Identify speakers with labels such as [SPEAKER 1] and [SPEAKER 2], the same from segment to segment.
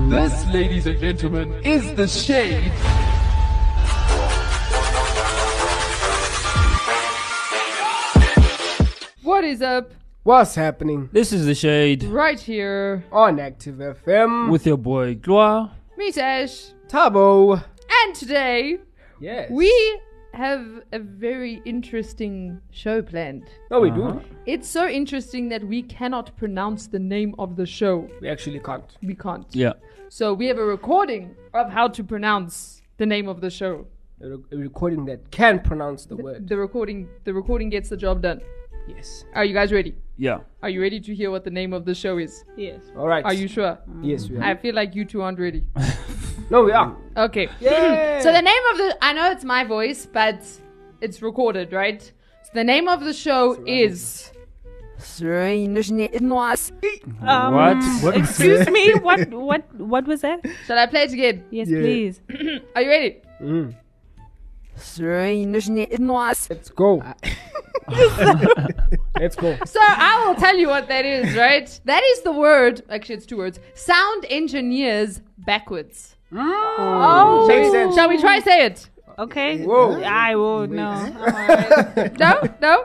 [SPEAKER 1] This, ladies and gentlemen, is the shade.
[SPEAKER 2] What is up?
[SPEAKER 3] What's happening
[SPEAKER 4] This is The Shade
[SPEAKER 2] Right here.
[SPEAKER 3] on Active FM
[SPEAKER 4] with your boy Gloire.
[SPEAKER 2] Meet Ash.
[SPEAKER 3] Tabo?
[SPEAKER 2] And today,
[SPEAKER 3] Yes.
[SPEAKER 2] we have a very interesting show planned.
[SPEAKER 3] No, we
[SPEAKER 4] Uh-huh.
[SPEAKER 3] do.
[SPEAKER 2] It's so interesting that we cannot pronounce the name of the show.
[SPEAKER 3] We actually can't.
[SPEAKER 2] We can't.
[SPEAKER 4] Yeah.
[SPEAKER 2] So we have a recording of how to pronounce the name of the show.
[SPEAKER 3] A re- a recording that can pronounce the word.
[SPEAKER 2] The recording the recording gets the job done.
[SPEAKER 3] Yes.
[SPEAKER 2] Are you guys ready?
[SPEAKER 4] Yeah.
[SPEAKER 2] Are you ready to hear what the name of the show is?
[SPEAKER 5] Yes.
[SPEAKER 3] All right.
[SPEAKER 2] Are you sure?
[SPEAKER 3] Yes, we
[SPEAKER 2] I
[SPEAKER 3] are.
[SPEAKER 2] feel like you two aren't ready.
[SPEAKER 3] No, we are.
[SPEAKER 2] Okay.
[SPEAKER 3] Yay!
[SPEAKER 2] So the name of the I know it's my voice, but it's recorded, right? So the name of the show is
[SPEAKER 5] Um,
[SPEAKER 4] what? What?
[SPEAKER 5] Excuse me. What? What? What was that?
[SPEAKER 2] Shall I play it again?
[SPEAKER 5] Yes, please.
[SPEAKER 2] Are you ready?
[SPEAKER 3] Mm. Let's go. Let's go.
[SPEAKER 2] So I will tell you what that is, right? That is the word actually it's two words. Sound engineers backwards. Oh,
[SPEAKER 3] Makes sense.
[SPEAKER 2] shall we try say it?
[SPEAKER 5] Okay.
[SPEAKER 3] Whoa.
[SPEAKER 5] I will no.
[SPEAKER 2] No? No?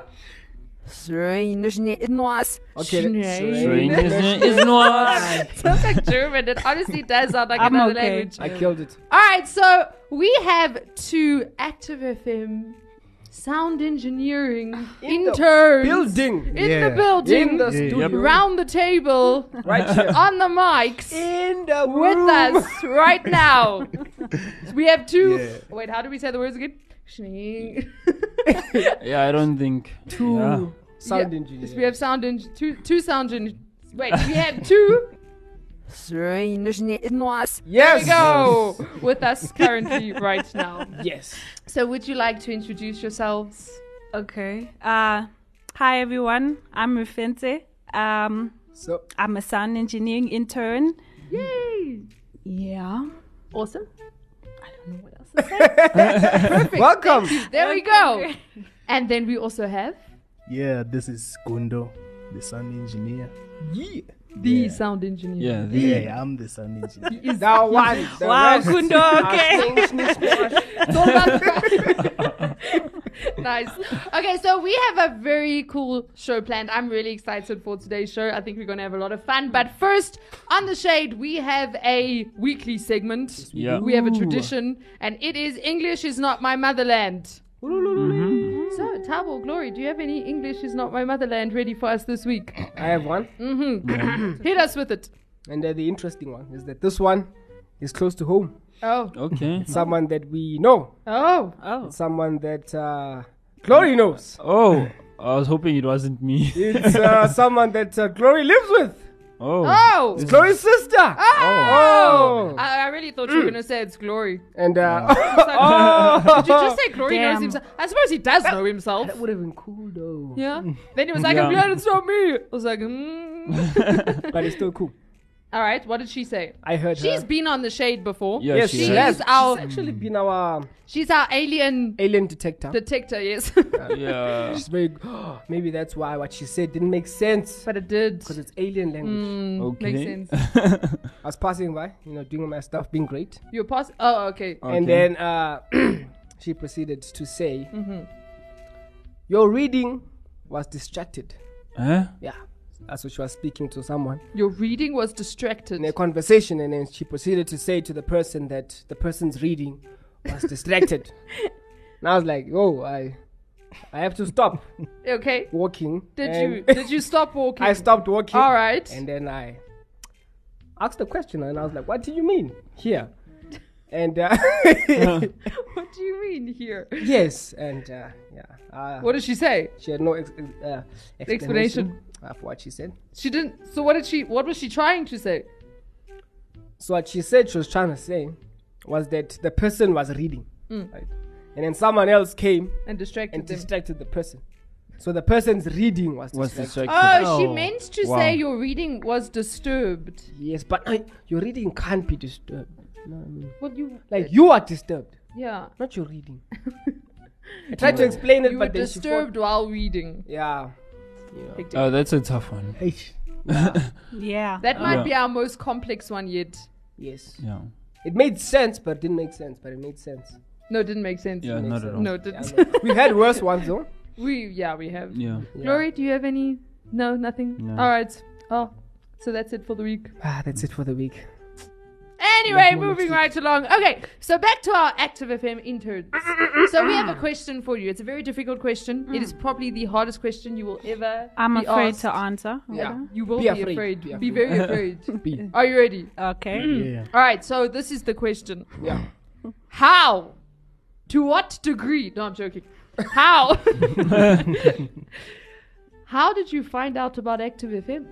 [SPEAKER 3] Okay. let's-
[SPEAKER 4] Strange, isn't it? It's not.
[SPEAKER 2] Sounds like German. It honestly does sound like
[SPEAKER 5] I'm
[SPEAKER 2] another
[SPEAKER 5] okay.
[SPEAKER 2] language.
[SPEAKER 3] I killed it.
[SPEAKER 2] Alright, so we have two active FM sound engineering interns.
[SPEAKER 3] Building.
[SPEAKER 2] in
[SPEAKER 6] Yeah.
[SPEAKER 2] the building,
[SPEAKER 3] In the studio.
[SPEAKER 2] round the table,
[SPEAKER 3] Right here.
[SPEAKER 2] on the mics,
[SPEAKER 3] In the
[SPEAKER 2] with
[SPEAKER 3] room.
[SPEAKER 2] us right now. we have two.
[SPEAKER 6] Yeah.
[SPEAKER 2] Wait, how do we say the words again? Shing.
[SPEAKER 4] Yeah, I don't think.
[SPEAKER 3] Two
[SPEAKER 4] Yeah.
[SPEAKER 3] sound
[SPEAKER 2] Yeah.
[SPEAKER 3] engineers.
[SPEAKER 2] we have sound eng- two two sound eng- Wait, we have two.
[SPEAKER 3] yes.
[SPEAKER 2] There we go with us currently right now.
[SPEAKER 3] Yes.
[SPEAKER 2] So, would you like to introduce yourselves?
[SPEAKER 5] Okay. Uh, hi everyone. I'm Rufente. Um,
[SPEAKER 3] So
[SPEAKER 5] I'm a sound engineering intern.
[SPEAKER 2] Yay!
[SPEAKER 5] Yeah.
[SPEAKER 2] Awesome.
[SPEAKER 3] welcome.
[SPEAKER 2] There we go. And then we also have
[SPEAKER 6] Yeah, this is Gundo, the sound engineer.
[SPEAKER 3] Yeah.
[SPEAKER 2] the
[SPEAKER 6] Yeah.
[SPEAKER 2] sound engineer.
[SPEAKER 4] Yeah. The,
[SPEAKER 6] Yeah, I'm the sound engineer.
[SPEAKER 3] That one. The
[SPEAKER 5] Wow,
[SPEAKER 3] rest
[SPEAKER 5] Gundo,
[SPEAKER 3] are
[SPEAKER 5] okay.
[SPEAKER 3] strange, strange, strange.
[SPEAKER 2] It's all about nice. Okay, so we have a very cool show planned. I'm really excited for today's show. I think we're going to have a lot of fun. But first, on the shade, we have a weekly segment.
[SPEAKER 4] Yeah.
[SPEAKER 2] We have a tradition, and it is English is not my motherland. So, Tabo, Glory, do you have any English is not my motherland ready for us this week?
[SPEAKER 3] I have one.
[SPEAKER 2] Hit us with it.
[SPEAKER 3] And uh, the interesting one is that this one is close to home.
[SPEAKER 2] Oh,
[SPEAKER 4] Okay.
[SPEAKER 3] Someone that we know.
[SPEAKER 2] oh,
[SPEAKER 5] Oh.
[SPEAKER 3] Someone that uh, Glory knows.
[SPEAKER 4] Oh, I was hoping it wasn't me.
[SPEAKER 3] It's uh, someone that uh, Glory lives with.
[SPEAKER 4] Oh.
[SPEAKER 2] oh.
[SPEAKER 3] It's Glory's sister.
[SPEAKER 2] Oh!
[SPEAKER 3] Oh.
[SPEAKER 2] I, I really thought you were gonna say it's glory.
[SPEAKER 3] And uh,
[SPEAKER 2] Oh. Did you just say Glory knows
[SPEAKER 5] Damn.
[SPEAKER 2] himself? I suppose he does know himself.
[SPEAKER 3] that would Mm. have been cool though.
[SPEAKER 2] Yeah. Then he was like, I'm
[SPEAKER 4] Yeah.
[SPEAKER 2] glad it's not me. I was like, mm.
[SPEAKER 3] But it's still cool.
[SPEAKER 2] All right, what did she say?
[SPEAKER 3] I heard
[SPEAKER 2] She's
[SPEAKER 3] her.
[SPEAKER 2] been on the shade before.
[SPEAKER 4] Yeah,
[SPEAKER 3] Yes,
[SPEAKER 4] she
[SPEAKER 3] she
[SPEAKER 2] She's
[SPEAKER 4] has.
[SPEAKER 3] has.
[SPEAKER 2] our-
[SPEAKER 3] She's actually been our
[SPEAKER 2] She's our alien
[SPEAKER 3] alien detector.
[SPEAKER 2] detector, yes.
[SPEAKER 4] Yeah.
[SPEAKER 3] She's very. maybe that's why what she said didn't make sense
[SPEAKER 2] but it did.
[SPEAKER 3] because it's alien language.
[SPEAKER 2] Mm,
[SPEAKER 4] Okay.
[SPEAKER 2] Makes sense.
[SPEAKER 3] I was passing by, you know, doing my stuff, being great.
[SPEAKER 2] You're pos- Oh, okay.
[SPEAKER 3] And
[SPEAKER 4] Okay.
[SPEAKER 3] then uh, she proceeded to say,
[SPEAKER 2] Mm-hmm.
[SPEAKER 3] Your reading was distracted.
[SPEAKER 4] Huh?
[SPEAKER 3] Yeah. That's what she was speaking to someone
[SPEAKER 2] Your reading was distracted.
[SPEAKER 3] in a conversation. And then she proceeded to say to the person that the person's reading was distracted. and I was like, Oh, I. I have to stop
[SPEAKER 2] Okay.
[SPEAKER 3] walking.
[SPEAKER 2] Did
[SPEAKER 3] and
[SPEAKER 2] you did you stop walking?
[SPEAKER 3] I stopped walking.
[SPEAKER 2] All right.
[SPEAKER 3] And then I asked the question, and I was like, "What do you mean here?" And uh,
[SPEAKER 2] what do you mean here?
[SPEAKER 3] yes, and uh, yeah, uh,
[SPEAKER 2] What did she say?
[SPEAKER 3] she had no ex- ex- uh, explanation
[SPEAKER 2] Explanation.
[SPEAKER 3] of what she said.
[SPEAKER 2] She didn't. So what did she? What was she trying to say?
[SPEAKER 3] So what she said she was trying to say was that the person was reading, right? And then someone else came
[SPEAKER 2] And distracted
[SPEAKER 3] and
[SPEAKER 2] Mm. them.
[SPEAKER 3] distracted the person. So the person's reading was
[SPEAKER 4] Was
[SPEAKER 3] distracted.
[SPEAKER 4] distracted.
[SPEAKER 2] Oh, she
[SPEAKER 4] Oh.
[SPEAKER 2] meant to
[SPEAKER 4] Wow.
[SPEAKER 2] say your reading was disturbed.
[SPEAKER 3] Yes, but uh, your reading can't be disturbed. No, I mean,
[SPEAKER 2] What you
[SPEAKER 3] like you are disturbed,
[SPEAKER 2] Yeah.
[SPEAKER 3] not your reading. I tried to explain it,
[SPEAKER 2] You were
[SPEAKER 3] but then she fought
[SPEAKER 2] disturbed while reading.
[SPEAKER 3] Yeah.
[SPEAKER 4] Oh, that's a tough one.
[SPEAKER 5] Yeah.
[SPEAKER 2] That might
[SPEAKER 4] Yeah.
[SPEAKER 5] Um,
[SPEAKER 2] be our most complex one yet.
[SPEAKER 3] Yes.
[SPEAKER 4] Yeah.
[SPEAKER 3] It made sense, but didn't make sense. But it made sense.
[SPEAKER 2] No, it didn't make sense.
[SPEAKER 4] Yeah, not at all.
[SPEAKER 2] No, it
[SPEAKER 3] Yeah,
[SPEAKER 2] didn't.
[SPEAKER 3] but we had worse ones though.
[SPEAKER 2] We yeah, we have.
[SPEAKER 4] Yeah.
[SPEAKER 3] Yeah.
[SPEAKER 2] Glory, do you have any? No, nothing.
[SPEAKER 4] No.
[SPEAKER 2] All right. Oh, so that's it for the week.
[SPEAKER 3] Ah, that's it for the week.
[SPEAKER 2] Anyway,
[SPEAKER 3] Nothing
[SPEAKER 2] moving
[SPEAKER 3] next
[SPEAKER 2] right along. Okay, so back to our Active FM interns. so we have a question for you. It's a very difficult question. It is probably the hardest question you will ever.
[SPEAKER 5] I'm
[SPEAKER 2] be
[SPEAKER 5] afraid
[SPEAKER 2] asked.
[SPEAKER 5] to answer.
[SPEAKER 3] Yeah.
[SPEAKER 2] You will be,
[SPEAKER 3] Be
[SPEAKER 2] afraid.
[SPEAKER 3] afraid. Be
[SPEAKER 2] Be, very afraid.
[SPEAKER 3] B.
[SPEAKER 2] Are you ready?
[SPEAKER 5] Okay.
[SPEAKER 2] Hmm.
[SPEAKER 6] Yeah.
[SPEAKER 2] All right. So this is the question.
[SPEAKER 3] Yeah.
[SPEAKER 2] How? To what degree? No, I'm joking. How? How did you find out about Active FM?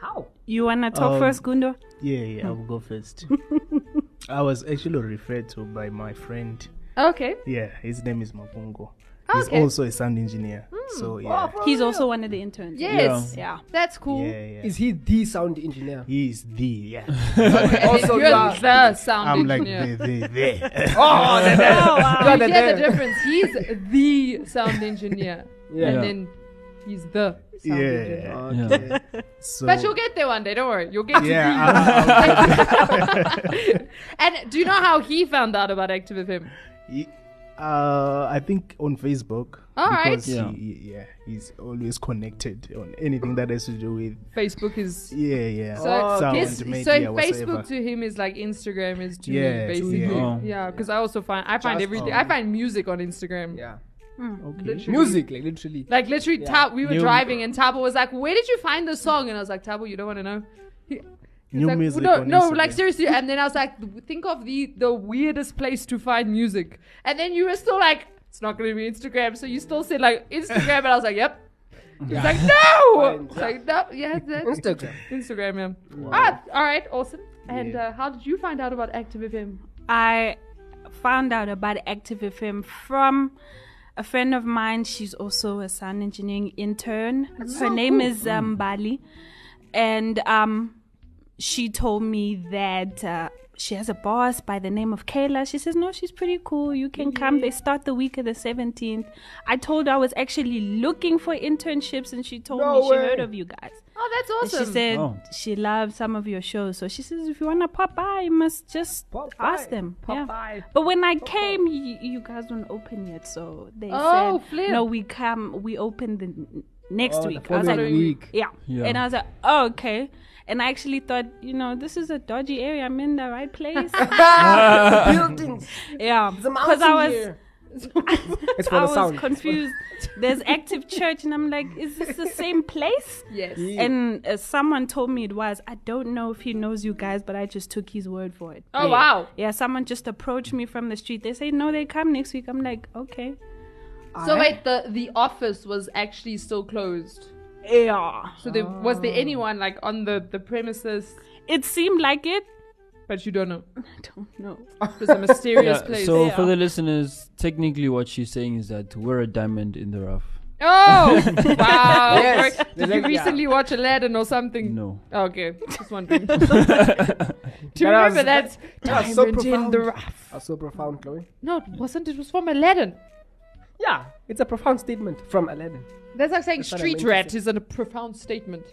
[SPEAKER 3] How?
[SPEAKER 5] You wanna talk
[SPEAKER 6] Um,
[SPEAKER 5] first, Gundo?
[SPEAKER 6] Yeah, yeah, I will go first. I was actually referred to by my friend.
[SPEAKER 2] Okay.
[SPEAKER 6] Yeah, his name is Mapungo. He's
[SPEAKER 2] Okay. Hmm. Oh,
[SPEAKER 6] also a sound engineer. So yeah.
[SPEAKER 5] He's also one of the interns.
[SPEAKER 2] Yes.
[SPEAKER 5] Yeah.
[SPEAKER 2] That's cool.
[SPEAKER 6] Yeah, yeah.
[SPEAKER 3] Is he the sound engineer?
[SPEAKER 6] he is the yeah.
[SPEAKER 2] Also, you're
[SPEAKER 3] yeah.
[SPEAKER 2] the sound
[SPEAKER 6] I'm like
[SPEAKER 2] engineer.
[SPEAKER 6] the the the.
[SPEAKER 3] Oh, then that's-
[SPEAKER 5] Oh, wow.
[SPEAKER 3] Yeah,
[SPEAKER 2] you
[SPEAKER 3] then
[SPEAKER 2] hear the
[SPEAKER 3] there.
[SPEAKER 2] difference. He's the sound engineer,
[SPEAKER 3] Yeah.
[SPEAKER 2] and then he's the sound engineer.
[SPEAKER 6] Yeah.
[SPEAKER 4] Yeah.
[SPEAKER 3] Okay.
[SPEAKER 6] So
[SPEAKER 2] But you'll get there one day. Don't worry. You'll get. to
[SPEAKER 6] yeah,
[SPEAKER 2] be-
[SPEAKER 6] I- I-
[SPEAKER 2] and do you know how he found out about Active FM?
[SPEAKER 6] Ye- Uh, I think on Facebook.
[SPEAKER 2] All right.
[SPEAKER 6] because
[SPEAKER 4] Yeah.
[SPEAKER 6] He, he- yeah, he's always connected on anything that has to do with.
[SPEAKER 2] Facebook is.
[SPEAKER 6] Yeah, yeah.
[SPEAKER 2] So,
[SPEAKER 6] sound,
[SPEAKER 2] his,
[SPEAKER 6] media,
[SPEAKER 2] so
[SPEAKER 6] whatsoever.
[SPEAKER 2] Facebook to him is like Instagram is to
[SPEAKER 6] Yeah,
[SPEAKER 2] me,
[SPEAKER 6] to
[SPEAKER 2] basically.
[SPEAKER 6] you.
[SPEAKER 4] Oh.
[SPEAKER 2] Yeah, because I also find I find
[SPEAKER 3] Just
[SPEAKER 2] everything.
[SPEAKER 3] on-
[SPEAKER 2] I find music on Instagram.
[SPEAKER 3] yeah.
[SPEAKER 6] Okay.
[SPEAKER 3] Music, like literally.
[SPEAKER 2] Like literally,
[SPEAKER 3] Yeah.
[SPEAKER 2] Tab, we were
[SPEAKER 4] New-
[SPEAKER 2] driving and Tabo was like, "Where did you find the song?" And I was like, "Tabo, you don't want to know." He's
[SPEAKER 6] New
[SPEAKER 2] like,
[SPEAKER 6] music.
[SPEAKER 2] No,
[SPEAKER 6] on
[SPEAKER 2] no, like
[SPEAKER 6] Instagram.
[SPEAKER 2] seriously. And then I was like, think of the the weirdest place to find music. And then you were still like, it's not going to be Instagram. So you still said like Instagram, and I was like, yep. He's
[SPEAKER 3] Yeah.
[SPEAKER 2] like, no.
[SPEAKER 3] Fine.
[SPEAKER 2] It's like no, yeah, that's
[SPEAKER 3] Instagram.
[SPEAKER 2] Instagram, yeah. Ah, all right, awesome. And
[SPEAKER 6] Yeah.
[SPEAKER 2] uh, how did you find out about Active FM?
[SPEAKER 5] I found out about Active FM from a friend of mine. She's also a sound engineering intern. Her name is um, Bali. And um, she told me that uh, she has a boss by the name of Kayla. She says, No, she's pretty cool. You can come. They start the week of the 17th. I told her I was actually looking for internships, and she told
[SPEAKER 3] No
[SPEAKER 5] me she
[SPEAKER 3] way.
[SPEAKER 5] heard of you guys.
[SPEAKER 2] Oh, that's
[SPEAKER 5] And
[SPEAKER 2] awesome.
[SPEAKER 5] She said
[SPEAKER 4] Oh.
[SPEAKER 5] she loves some of your shows. So she says, if you want to pop by, you must just
[SPEAKER 3] Pop
[SPEAKER 5] ask
[SPEAKER 3] by.
[SPEAKER 5] them.
[SPEAKER 3] Pop
[SPEAKER 5] Yeah.
[SPEAKER 3] by.
[SPEAKER 5] But when I came, you, you guys don't open yet. So they
[SPEAKER 2] Oh,
[SPEAKER 5] said,
[SPEAKER 2] flip.
[SPEAKER 5] no, we come, we open the n- next
[SPEAKER 3] Oh, the
[SPEAKER 5] week. I was like,
[SPEAKER 3] following week.
[SPEAKER 5] yeah.
[SPEAKER 4] Yeah.
[SPEAKER 5] And I was like, oh, okay. And I actually thought, you know, this is a dodgy area. I'm in the right place.
[SPEAKER 3] Buildings.
[SPEAKER 5] yeah.
[SPEAKER 3] The
[SPEAKER 5] Because I was.
[SPEAKER 3] It's for
[SPEAKER 5] I
[SPEAKER 3] the
[SPEAKER 5] was
[SPEAKER 3] sound.
[SPEAKER 5] confused. There's active church, and I'm like, is this the same place?
[SPEAKER 2] yes.
[SPEAKER 5] And uh, someone told me it was. I don't know if he knows you guys, but I just took his word for it.
[SPEAKER 2] Oh wow.
[SPEAKER 5] Yeah, someone just approached me from the street. They say, no, they come next week. I'm like, okay.
[SPEAKER 2] So wait, the the office was actually still closed.
[SPEAKER 5] Yeah.
[SPEAKER 2] So there was
[SPEAKER 3] Oh.
[SPEAKER 2] there anyone like on the the premises?
[SPEAKER 5] It seemed like it.
[SPEAKER 2] But you don't know.
[SPEAKER 5] I don't know.
[SPEAKER 2] It was a mysterious
[SPEAKER 4] Yeah,
[SPEAKER 2] place.
[SPEAKER 4] so for
[SPEAKER 5] Yeah.
[SPEAKER 4] the listeners, technically what she's saying is that we're a diamond in the rough.
[SPEAKER 2] Oh wow!
[SPEAKER 3] Yes.
[SPEAKER 2] Sorry. Did
[SPEAKER 3] Like,
[SPEAKER 2] you
[SPEAKER 3] yeah.
[SPEAKER 2] recently watch Aladdin or something? Oh,
[SPEAKER 4] No.
[SPEAKER 2] Okay, just wondering. Do you
[SPEAKER 3] That
[SPEAKER 2] remember
[SPEAKER 3] was-
[SPEAKER 2] that?
[SPEAKER 3] that was Ah, so
[SPEAKER 2] Diamond in
[SPEAKER 3] profound.
[SPEAKER 2] the rough.
[SPEAKER 3] That's so profound, Chloe.
[SPEAKER 2] No, it wasn't. It was from Aladdin.
[SPEAKER 3] Yeah, it's a profound statement from Aladdin.
[SPEAKER 2] That's like saying
[SPEAKER 3] That's what I
[SPEAKER 2] street
[SPEAKER 3] meant to
[SPEAKER 2] rat
[SPEAKER 3] say.
[SPEAKER 2] is a profound statement.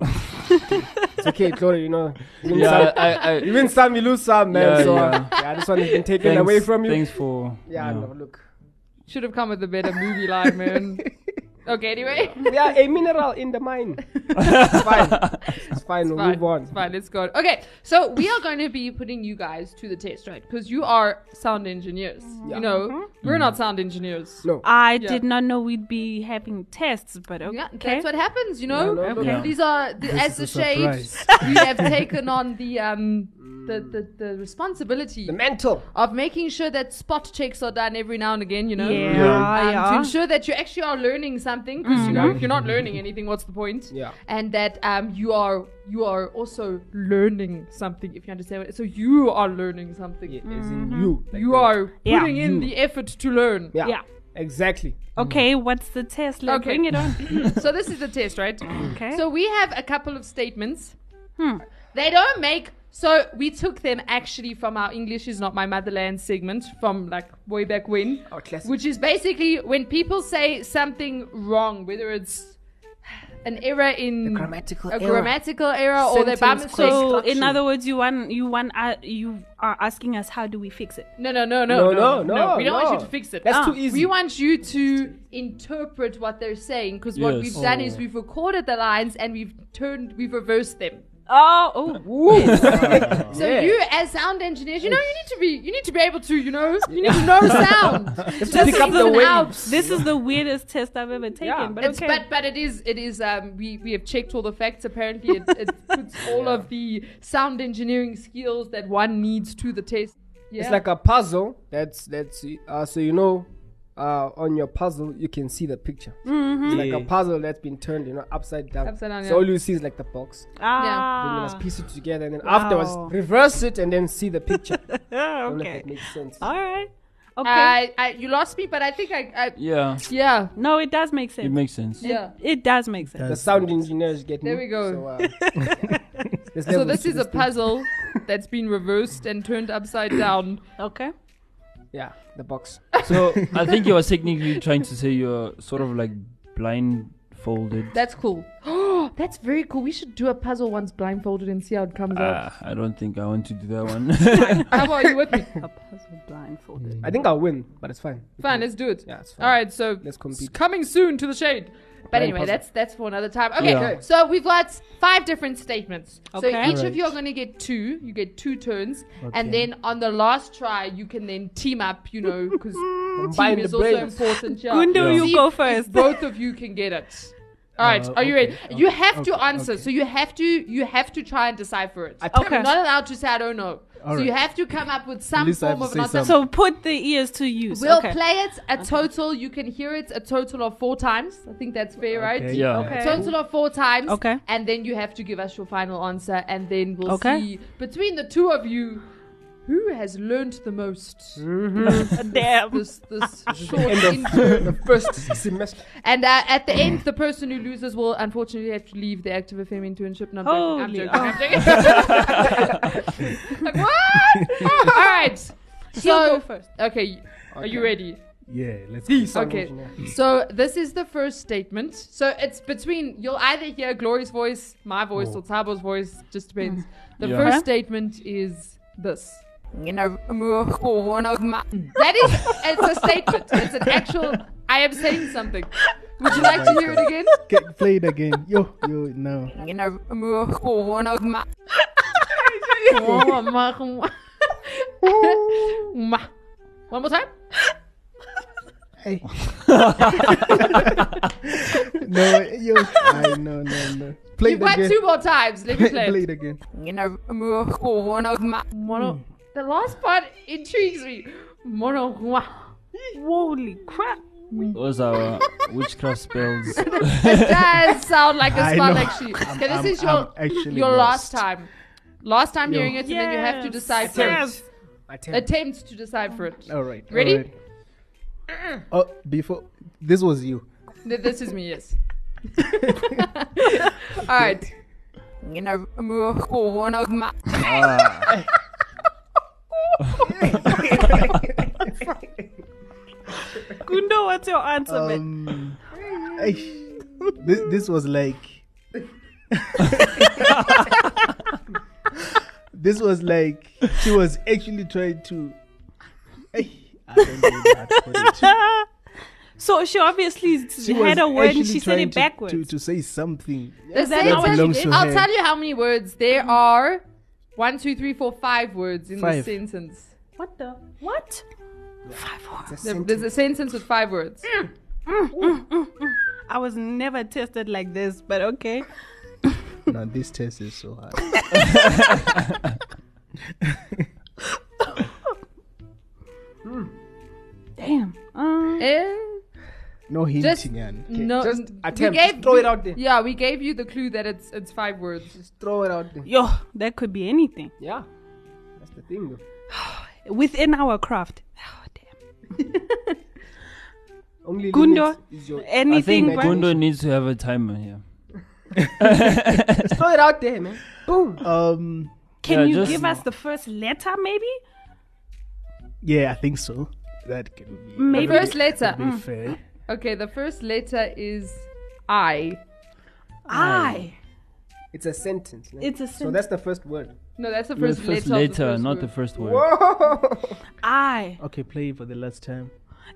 [SPEAKER 3] It's okay, Chloe, you know. You win,
[SPEAKER 4] Yeah,
[SPEAKER 3] some,
[SPEAKER 4] I, I,
[SPEAKER 3] you win some, you lose some, man.
[SPEAKER 4] Yeah,
[SPEAKER 3] so,
[SPEAKER 4] yeah.
[SPEAKER 3] yeah. this one has been taken
[SPEAKER 4] thanks,
[SPEAKER 3] away from you.
[SPEAKER 4] Thanks for
[SPEAKER 3] Yeah,
[SPEAKER 4] you
[SPEAKER 3] no,
[SPEAKER 4] know.
[SPEAKER 3] look.
[SPEAKER 2] Should have come with a better movie line, man. Okay, anyway.
[SPEAKER 3] We are a mineral in the mine. it's fine. It's fine, we'll
[SPEAKER 2] Fine.
[SPEAKER 3] move on.
[SPEAKER 2] It's fine. Let's go. Okay, so we are going to be putting you guys to the test, right? Because you are sound engineers.
[SPEAKER 3] Yeah. Mm-hmm.
[SPEAKER 2] You know, we're not sound engineers.
[SPEAKER 3] No.
[SPEAKER 5] I
[SPEAKER 2] Yeah.
[SPEAKER 5] did not know we'd be having tests, but okay.
[SPEAKER 2] Yeah, that's what happens. You know,
[SPEAKER 3] Yeah, no,
[SPEAKER 4] Okay. no.
[SPEAKER 2] these are the, as the
[SPEAKER 6] is a
[SPEAKER 2] shade.
[SPEAKER 6] surprise.
[SPEAKER 2] We have taken on the um the the, the responsibility
[SPEAKER 3] The mental.
[SPEAKER 2] of making sure that spot checks are done every now and again. You know.
[SPEAKER 5] yeah.
[SPEAKER 4] Yeah.
[SPEAKER 2] Um, To
[SPEAKER 5] yeah. Mm.
[SPEAKER 2] ensure that you actually are learning something, because you know if you're not learning anything, what's the point?
[SPEAKER 3] Yeah.
[SPEAKER 2] And that um, you are you are also learning something, if you understand. What, so you are learning something.
[SPEAKER 3] Yeah, as in you. like
[SPEAKER 2] Mm-hmm. you
[SPEAKER 3] that.
[SPEAKER 2] are
[SPEAKER 5] Yeah.
[SPEAKER 2] putting in the effort to learn.
[SPEAKER 3] Yeah.
[SPEAKER 5] Yeah.
[SPEAKER 3] Exactly.
[SPEAKER 5] Okay, what's the test? Like,
[SPEAKER 2] Okay.
[SPEAKER 5] bring it on.
[SPEAKER 2] so this is the test, right?
[SPEAKER 5] Okay. Hmm.
[SPEAKER 2] So we have a couple of statements. They don't make. So we took them actually from our English is not my motherland segment from like way back when,
[SPEAKER 3] Our Oh, classic.
[SPEAKER 2] which is basically when people say something wrong, whether it's an error in
[SPEAKER 3] grammatical
[SPEAKER 2] a
[SPEAKER 3] error.
[SPEAKER 2] grammatical error or they by
[SPEAKER 3] Sentence
[SPEAKER 2] mistake.
[SPEAKER 5] So,
[SPEAKER 3] Construction.
[SPEAKER 5] in other words, you want you want uh, you are asking us how do we fix it?
[SPEAKER 2] No, no, no, no,
[SPEAKER 3] No, no, no,
[SPEAKER 2] We don't want
[SPEAKER 3] no.
[SPEAKER 2] you to fix it.
[SPEAKER 3] That's
[SPEAKER 2] Ah.
[SPEAKER 3] too easy.
[SPEAKER 2] We want you to interpret what they're saying because what
[SPEAKER 4] Yes.
[SPEAKER 2] we've done
[SPEAKER 4] Oh.
[SPEAKER 2] is we've recorded the lines and we've turned, we've reversed them.
[SPEAKER 5] Oh, oh,
[SPEAKER 2] So you, as sound engineers, you know you need to be, you need to be able to, you know, you need to know sound. to
[SPEAKER 3] pick
[SPEAKER 2] just
[SPEAKER 3] up the
[SPEAKER 2] even
[SPEAKER 3] waves.
[SPEAKER 2] out.
[SPEAKER 5] this is the weirdest test I've ever taken.
[SPEAKER 3] Yeah.
[SPEAKER 5] But
[SPEAKER 2] It's,
[SPEAKER 5] okay,
[SPEAKER 2] But but it is it is um we, we have checked all the facts. Apparently, it, it puts all of the sound engineering skills that one needs to the test. Yeah.
[SPEAKER 3] It's like a puzzle. That's that's uh, so you know, uh, on your puzzle you can see the picture. It's like a puzzle that's been turned, you know, upside down.
[SPEAKER 2] Mm-hmm. Upside down,
[SPEAKER 3] So
[SPEAKER 2] yeah.
[SPEAKER 3] all you see is like the box. Then you
[SPEAKER 5] ah,
[SPEAKER 3] must piece it together, and then
[SPEAKER 5] Wow.
[SPEAKER 3] afterwards reverse it and then see the picture. I
[SPEAKER 5] Ah,
[SPEAKER 3] don't know if
[SPEAKER 5] okay,
[SPEAKER 3] it makes sense.
[SPEAKER 5] all right, okay.
[SPEAKER 2] I, I you lost me, but I think I, I
[SPEAKER 4] Yeah,
[SPEAKER 2] yeah
[SPEAKER 5] no, it does make sense.
[SPEAKER 4] it makes sense.
[SPEAKER 2] yeah.
[SPEAKER 5] It does make sense.
[SPEAKER 3] The sound engineers get
[SPEAKER 2] There
[SPEAKER 3] me.
[SPEAKER 2] we go.
[SPEAKER 3] So, uh, there's
[SPEAKER 2] So
[SPEAKER 3] levels
[SPEAKER 2] this
[SPEAKER 3] to
[SPEAKER 2] is a
[SPEAKER 3] thing.
[SPEAKER 2] puzzle that's been reversed and turned upside down.
[SPEAKER 5] Okay.
[SPEAKER 3] Yeah, the box.
[SPEAKER 4] So I think you are technically trying to say you're sort of like blindfolded.
[SPEAKER 2] That's cool. Oh, that's very cool. We should do a puzzle once blindfolded and see how it comes out.
[SPEAKER 4] Uh, I don't think I want to do that one.
[SPEAKER 2] How about you with me?
[SPEAKER 5] A puzzle blindfolded.
[SPEAKER 3] I think I'll win, but it's fine.
[SPEAKER 2] Fine, let's do it.
[SPEAKER 3] Yeah, it's fine.
[SPEAKER 2] All right, so
[SPEAKER 3] Let's
[SPEAKER 2] it's
[SPEAKER 3] compete.
[SPEAKER 2] coming soon to the shade. But
[SPEAKER 3] Very
[SPEAKER 2] anyway,
[SPEAKER 3] puzzle.
[SPEAKER 2] that's that's for another time. Okay,
[SPEAKER 4] Yeah.
[SPEAKER 2] so we've got five different statements. So
[SPEAKER 5] Okay.
[SPEAKER 2] each of
[SPEAKER 6] Alright.
[SPEAKER 2] you are going to get two. You get two turns,
[SPEAKER 6] Okay.
[SPEAKER 2] and then on the last try, you can then team up. You know, because team
[SPEAKER 3] Combine
[SPEAKER 2] is
[SPEAKER 3] the
[SPEAKER 2] also
[SPEAKER 3] brains.
[SPEAKER 2] important. Yeah.
[SPEAKER 5] Gundo,
[SPEAKER 4] Yeah.
[SPEAKER 5] you
[SPEAKER 2] See
[SPEAKER 5] go
[SPEAKER 2] if- if
[SPEAKER 5] first.
[SPEAKER 2] both of you can get it. All right,
[SPEAKER 6] Uh,
[SPEAKER 2] are you ready?
[SPEAKER 6] okay,
[SPEAKER 2] you
[SPEAKER 6] okay,
[SPEAKER 2] have to
[SPEAKER 6] okay,
[SPEAKER 2] answer,
[SPEAKER 6] okay.
[SPEAKER 2] so you have to you have to try and decipher it.
[SPEAKER 3] I
[SPEAKER 5] Okay.
[SPEAKER 2] You're not allowed to say I don't know. so
[SPEAKER 6] Alright.
[SPEAKER 2] you have to come up with some
[SPEAKER 6] least I
[SPEAKER 2] form
[SPEAKER 6] have
[SPEAKER 2] of
[SPEAKER 6] to
[SPEAKER 2] an
[SPEAKER 6] say
[SPEAKER 2] answer.
[SPEAKER 5] So put the ears to use.
[SPEAKER 2] We'll
[SPEAKER 5] okay.
[SPEAKER 2] play it a total. You can hear it a total of four times. I think that's fair, right?
[SPEAKER 6] Okay.
[SPEAKER 4] yeah.
[SPEAKER 5] Okay.
[SPEAKER 2] Total of four times.
[SPEAKER 5] Okay.
[SPEAKER 2] And then you have to give us your final answer, and then we'll
[SPEAKER 5] Okay.
[SPEAKER 2] see between the two of you who has learned the most.
[SPEAKER 5] Damn.
[SPEAKER 2] This this short
[SPEAKER 3] Mm-hmm. End of
[SPEAKER 2] intro.
[SPEAKER 3] the first semester.
[SPEAKER 2] And uh, at the end, the person who loses will unfortunately have to leave the Active FM internship. No, I'm
[SPEAKER 5] Holy-
[SPEAKER 2] joking. I'm joking. I'm joking. like, what? All right.
[SPEAKER 5] He'll go
[SPEAKER 2] So,
[SPEAKER 5] first.
[SPEAKER 2] okay, are you ready?
[SPEAKER 6] Yeah, let's
[SPEAKER 3] The
[SPEAKER 6] go.
[SPEAKER 3] sound
[SPEAKER 2] Okay.
[SPEAKER 3] engineer.
[SPEAKER 2] So this is the first statement. So it's between you'll either hear Glory's voice, my voice, or Tabo's voice. Just depends. The
[SPEAKER 4] Yeah.
[SPEAKER 2] first
[SPEAKER 5] Huh?
[SPEAKER 2] statement is this. that is, it's a statement. It's an actual. I am saying something. Would you like to hear it again?
[SPEAKER 6] Get, play it again. Yo, yo, no.
[SPEAKER 2] One more time.
[SPEAKER 6] No, yo. I no, no, no. Play
[SPEAKER 2] You've
[SPEAKER 6] it
[SPEAKER 2] got
[SPEAKER 6] again.
[SPEAKER 2] two more times. Let me play.
[SPEAKER 6] play
[SPEAKER 2] it.
[SPEAKER 6] it again.
[SPEAKER 2] Mono- The last part intrigues me. Mono-
[SPEAKER 5] Holy crap.
[SPEAKER 4] Those are witchcraft spells.
[SPEAKER 2] It does sound like a
[SPEAKER 6] I
[SPEAKER 2] spell,
[SPEAKER 6] know.
[SPEAKER 2] actually. Okay, this
[SPEAKER 6] I'm-
[SPEAKER 2] is
[SPEAKER 6] I'm
[SPEAKER 2] your
[SPEAKER 6] actually
[SPEAKER 2] your last
[SPEAKER 6] lost.
[SPEAKER 2] time. Last time
[SPEAKER 6] Yo.
[SPEAKER 2] hearing it, and then you have to
[SPEAKER 5] Yes.
[SPEAKER 2] decipher.
[SPEAKER 5] Yes.
[SPEAKER 3] My
[SPEAKER 2] it.
[SPEAKER 3] turn.
[SPEAKER 2] Attempts to decipher it.
[SPEAKER 6] All right. all
[SPEAKER 2] Ready?
[SPEAKER 6] right. Oh, before this was you.
[SPEAKER 2] Th- This is me, yes. All right.
[SPEAKER 5] Gundo, what's your answer, man?
[SPEAKER 6] Um, eish. this this was like. this was like she was actually trying to. Eish, I don't know how to put it.
[SPEAKER 5] Ah. So she obviously had a word and she said
[SPEAKER 6] trying
[SPEAKER 5] it
[SPEAKER 6] to-
[SPEAKER 5] backwards.
[SPEAKER 6] To, to, say something.
[SPEAKER 2] The
[SPEAKER 5] that
[SPEAKER 2] sentence-
[SPEAKER 5] how much
[SPEAKER 6] belongs to
[SPEAKER 2] I'll
[SPEAKER 6] her.
[SPEAKER 2] tell you how many words there are. One, two, three, four, five words in this
[SPEAKER 6] Five.
[SPEAKER 2] sentence.
[SPEAKER 5] What the? What? Five words.
[SPEAKER 2] There- There's a sentence with five words.
[SPEAKER 5] Mm. I was never tested like this, but okay.
[SPEAKER 6] no, this test is so hard.
[SPEAKER 5] Damn. Um,
[SPEAKER 2] Eh,
[SPEAKER 6] No
[SPEAKER 2] Just-
[SPEAKER 6] hinting, and
[SPEAKER 2] no,
[SPEAKER 3] just
[SPEAKER 2] we
[SPEAKER 3] attempt.
[SPEAKER 2] gave-
[SPEAKER 3] Just throw it out there.
[SPEAKER 2] Yeah, we gave you the clue that it's it's five words.
[SPEAKER 3] Just throw it out there.
[SPEAKER 5] yo, that could be anything
[SPEAKER 3] Yeah. That's the thing though.
[SPEAKER 5] within our craft. Oh, damn.
[SPEAKER 3] Only
[SPEAKER 5] Gundo,
[SPEAKER 3] limits is your
[SPEAKER 4] I think
[SPEAKER 5] anything.
[SPEAKER 3] that
[SPEAKER 5] but-
[SPEAKER 3] Gundo-
[SPEAKER 4] Gundo needs to have a timer here.
[SPEAKER 3] Just throw it out there, man. Boom.
[SPEAKER 6] Um,
[SPEAKER 5] Can
[SPEAKER 4] Yeah,
[SPEAKER 5] you
[SPEAKER 4] just-
[SPEAKER 5] give us the first letter, maybe?
[SPEAKER 6] yeah, I think so. That can be,
[SPEAKER 2] The
[SPEAKER 5] Maybe.
[SPEAKER 2] mm. first letter.
[SPEAKER 6] be fair.
[SPEAKER 2] Okay, the first letter is I.
[SPEAKER 5] I.
[SPEAKER 3] It's a sentence. like-
[SPEAKER 5] It's a
[SPEAKER 3] So
[SPEAKER 5] sentence.
[SPEAKER 3] that's the first word.
[SPEAKER 2] No, that's the
[SPEAKER 4] It was
[SPEAKER 2] first,
[SPEAKER 4] first
[SPEAKER 2] letter. of
[SPEAKER 4] letter,
[SPEAKER 2] the first
[SPEAKER 4] not
[SPEAKER 2] word.
[SPEAKER 4] the first word.
[SPEAKER 3] Whoa!
[SPEAKER 5] I.
[SPEAKER 6] Okay, play for the last time.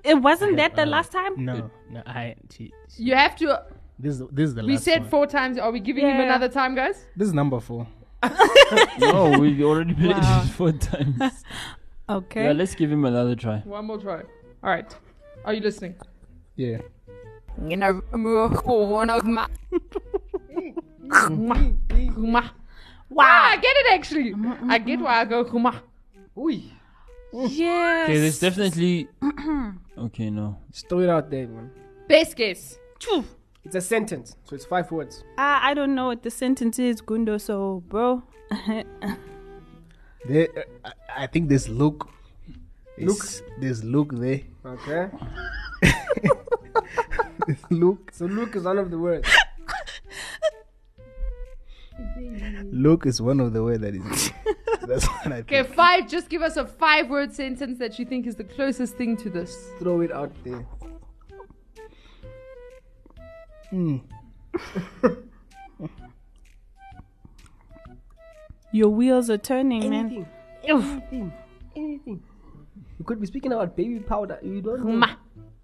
[SPEAKER 5] It wasn't that the
[SPEAKER 6] Uh,
[SPEAKER 5] last time?
[SPEAKER 6] No, no, I. t-
[SPEAKER 2] You have to.
[SPEAKER 6] This is this is the
[SPEAKER 2] We
[SPEAKER 6] last.
[SPEAKER 2] said
[SPEAKER 6] one.
[SPEAKER 2] four times. Are we giving him
[SPEAKER 5] Yeah.
[SPEAKER 2] another time, guys?
[SPEAKER 6] This is number four.
[SPEAKER 4] no, we already played
[SPEAKER 5] Wow.
[SPEAKER 4] it four times.
[SPEAKER 5] Okay.
[SPEAKER 4] yeah, let's give him another try.
[SPEAKER 2] One more try. All right. Are you listening?
[SPEAKER 6] Yeah.
[SPEAKER 2] Guma. Wow. Ah, I get it actually. I get why I go guma.
[SPEAKER 3] Uy.
[SPEAKER 5] yes.
[SPEAKER 4] Okay, there's definitely. okay, no.
[SPEAKER 3] Just throw it out there, man.
[SPEAKER 2] Best guess.
[SPEAKER 5] Phew.
[SPEAKER 3] It's a sentence, so it's five words.
[SPEAKER 5] I, I don't know what the sentence is, Gundo, so, bro.
[SPEAKER 6] There, uh, I, I think there's Luke. Luke. There's Luke there.
[SPEAKER 3] Okay.
[SPEAKER 6] There's Luke.
[SPEAKER 3] So Luke is one of the words.
[SPEAKER 6] Luke is one of the way that is. That's what I
[SPEAKER 2] Okay,
[SPEAKER 6] think.
[SPEAKER 2] five. Just give us a five-word sentence that you think is the closest thing to this.
[SPEAKER 3] Throw it out there.
[SPEAKER 6] Hmm.
[SPEAKER 5] Your wheels are turning, man.
[SPEAKER 3] Anything. Anything. Anything. You could be speaking about baby powder. You don't know.
[SPEAKER 2] Guma.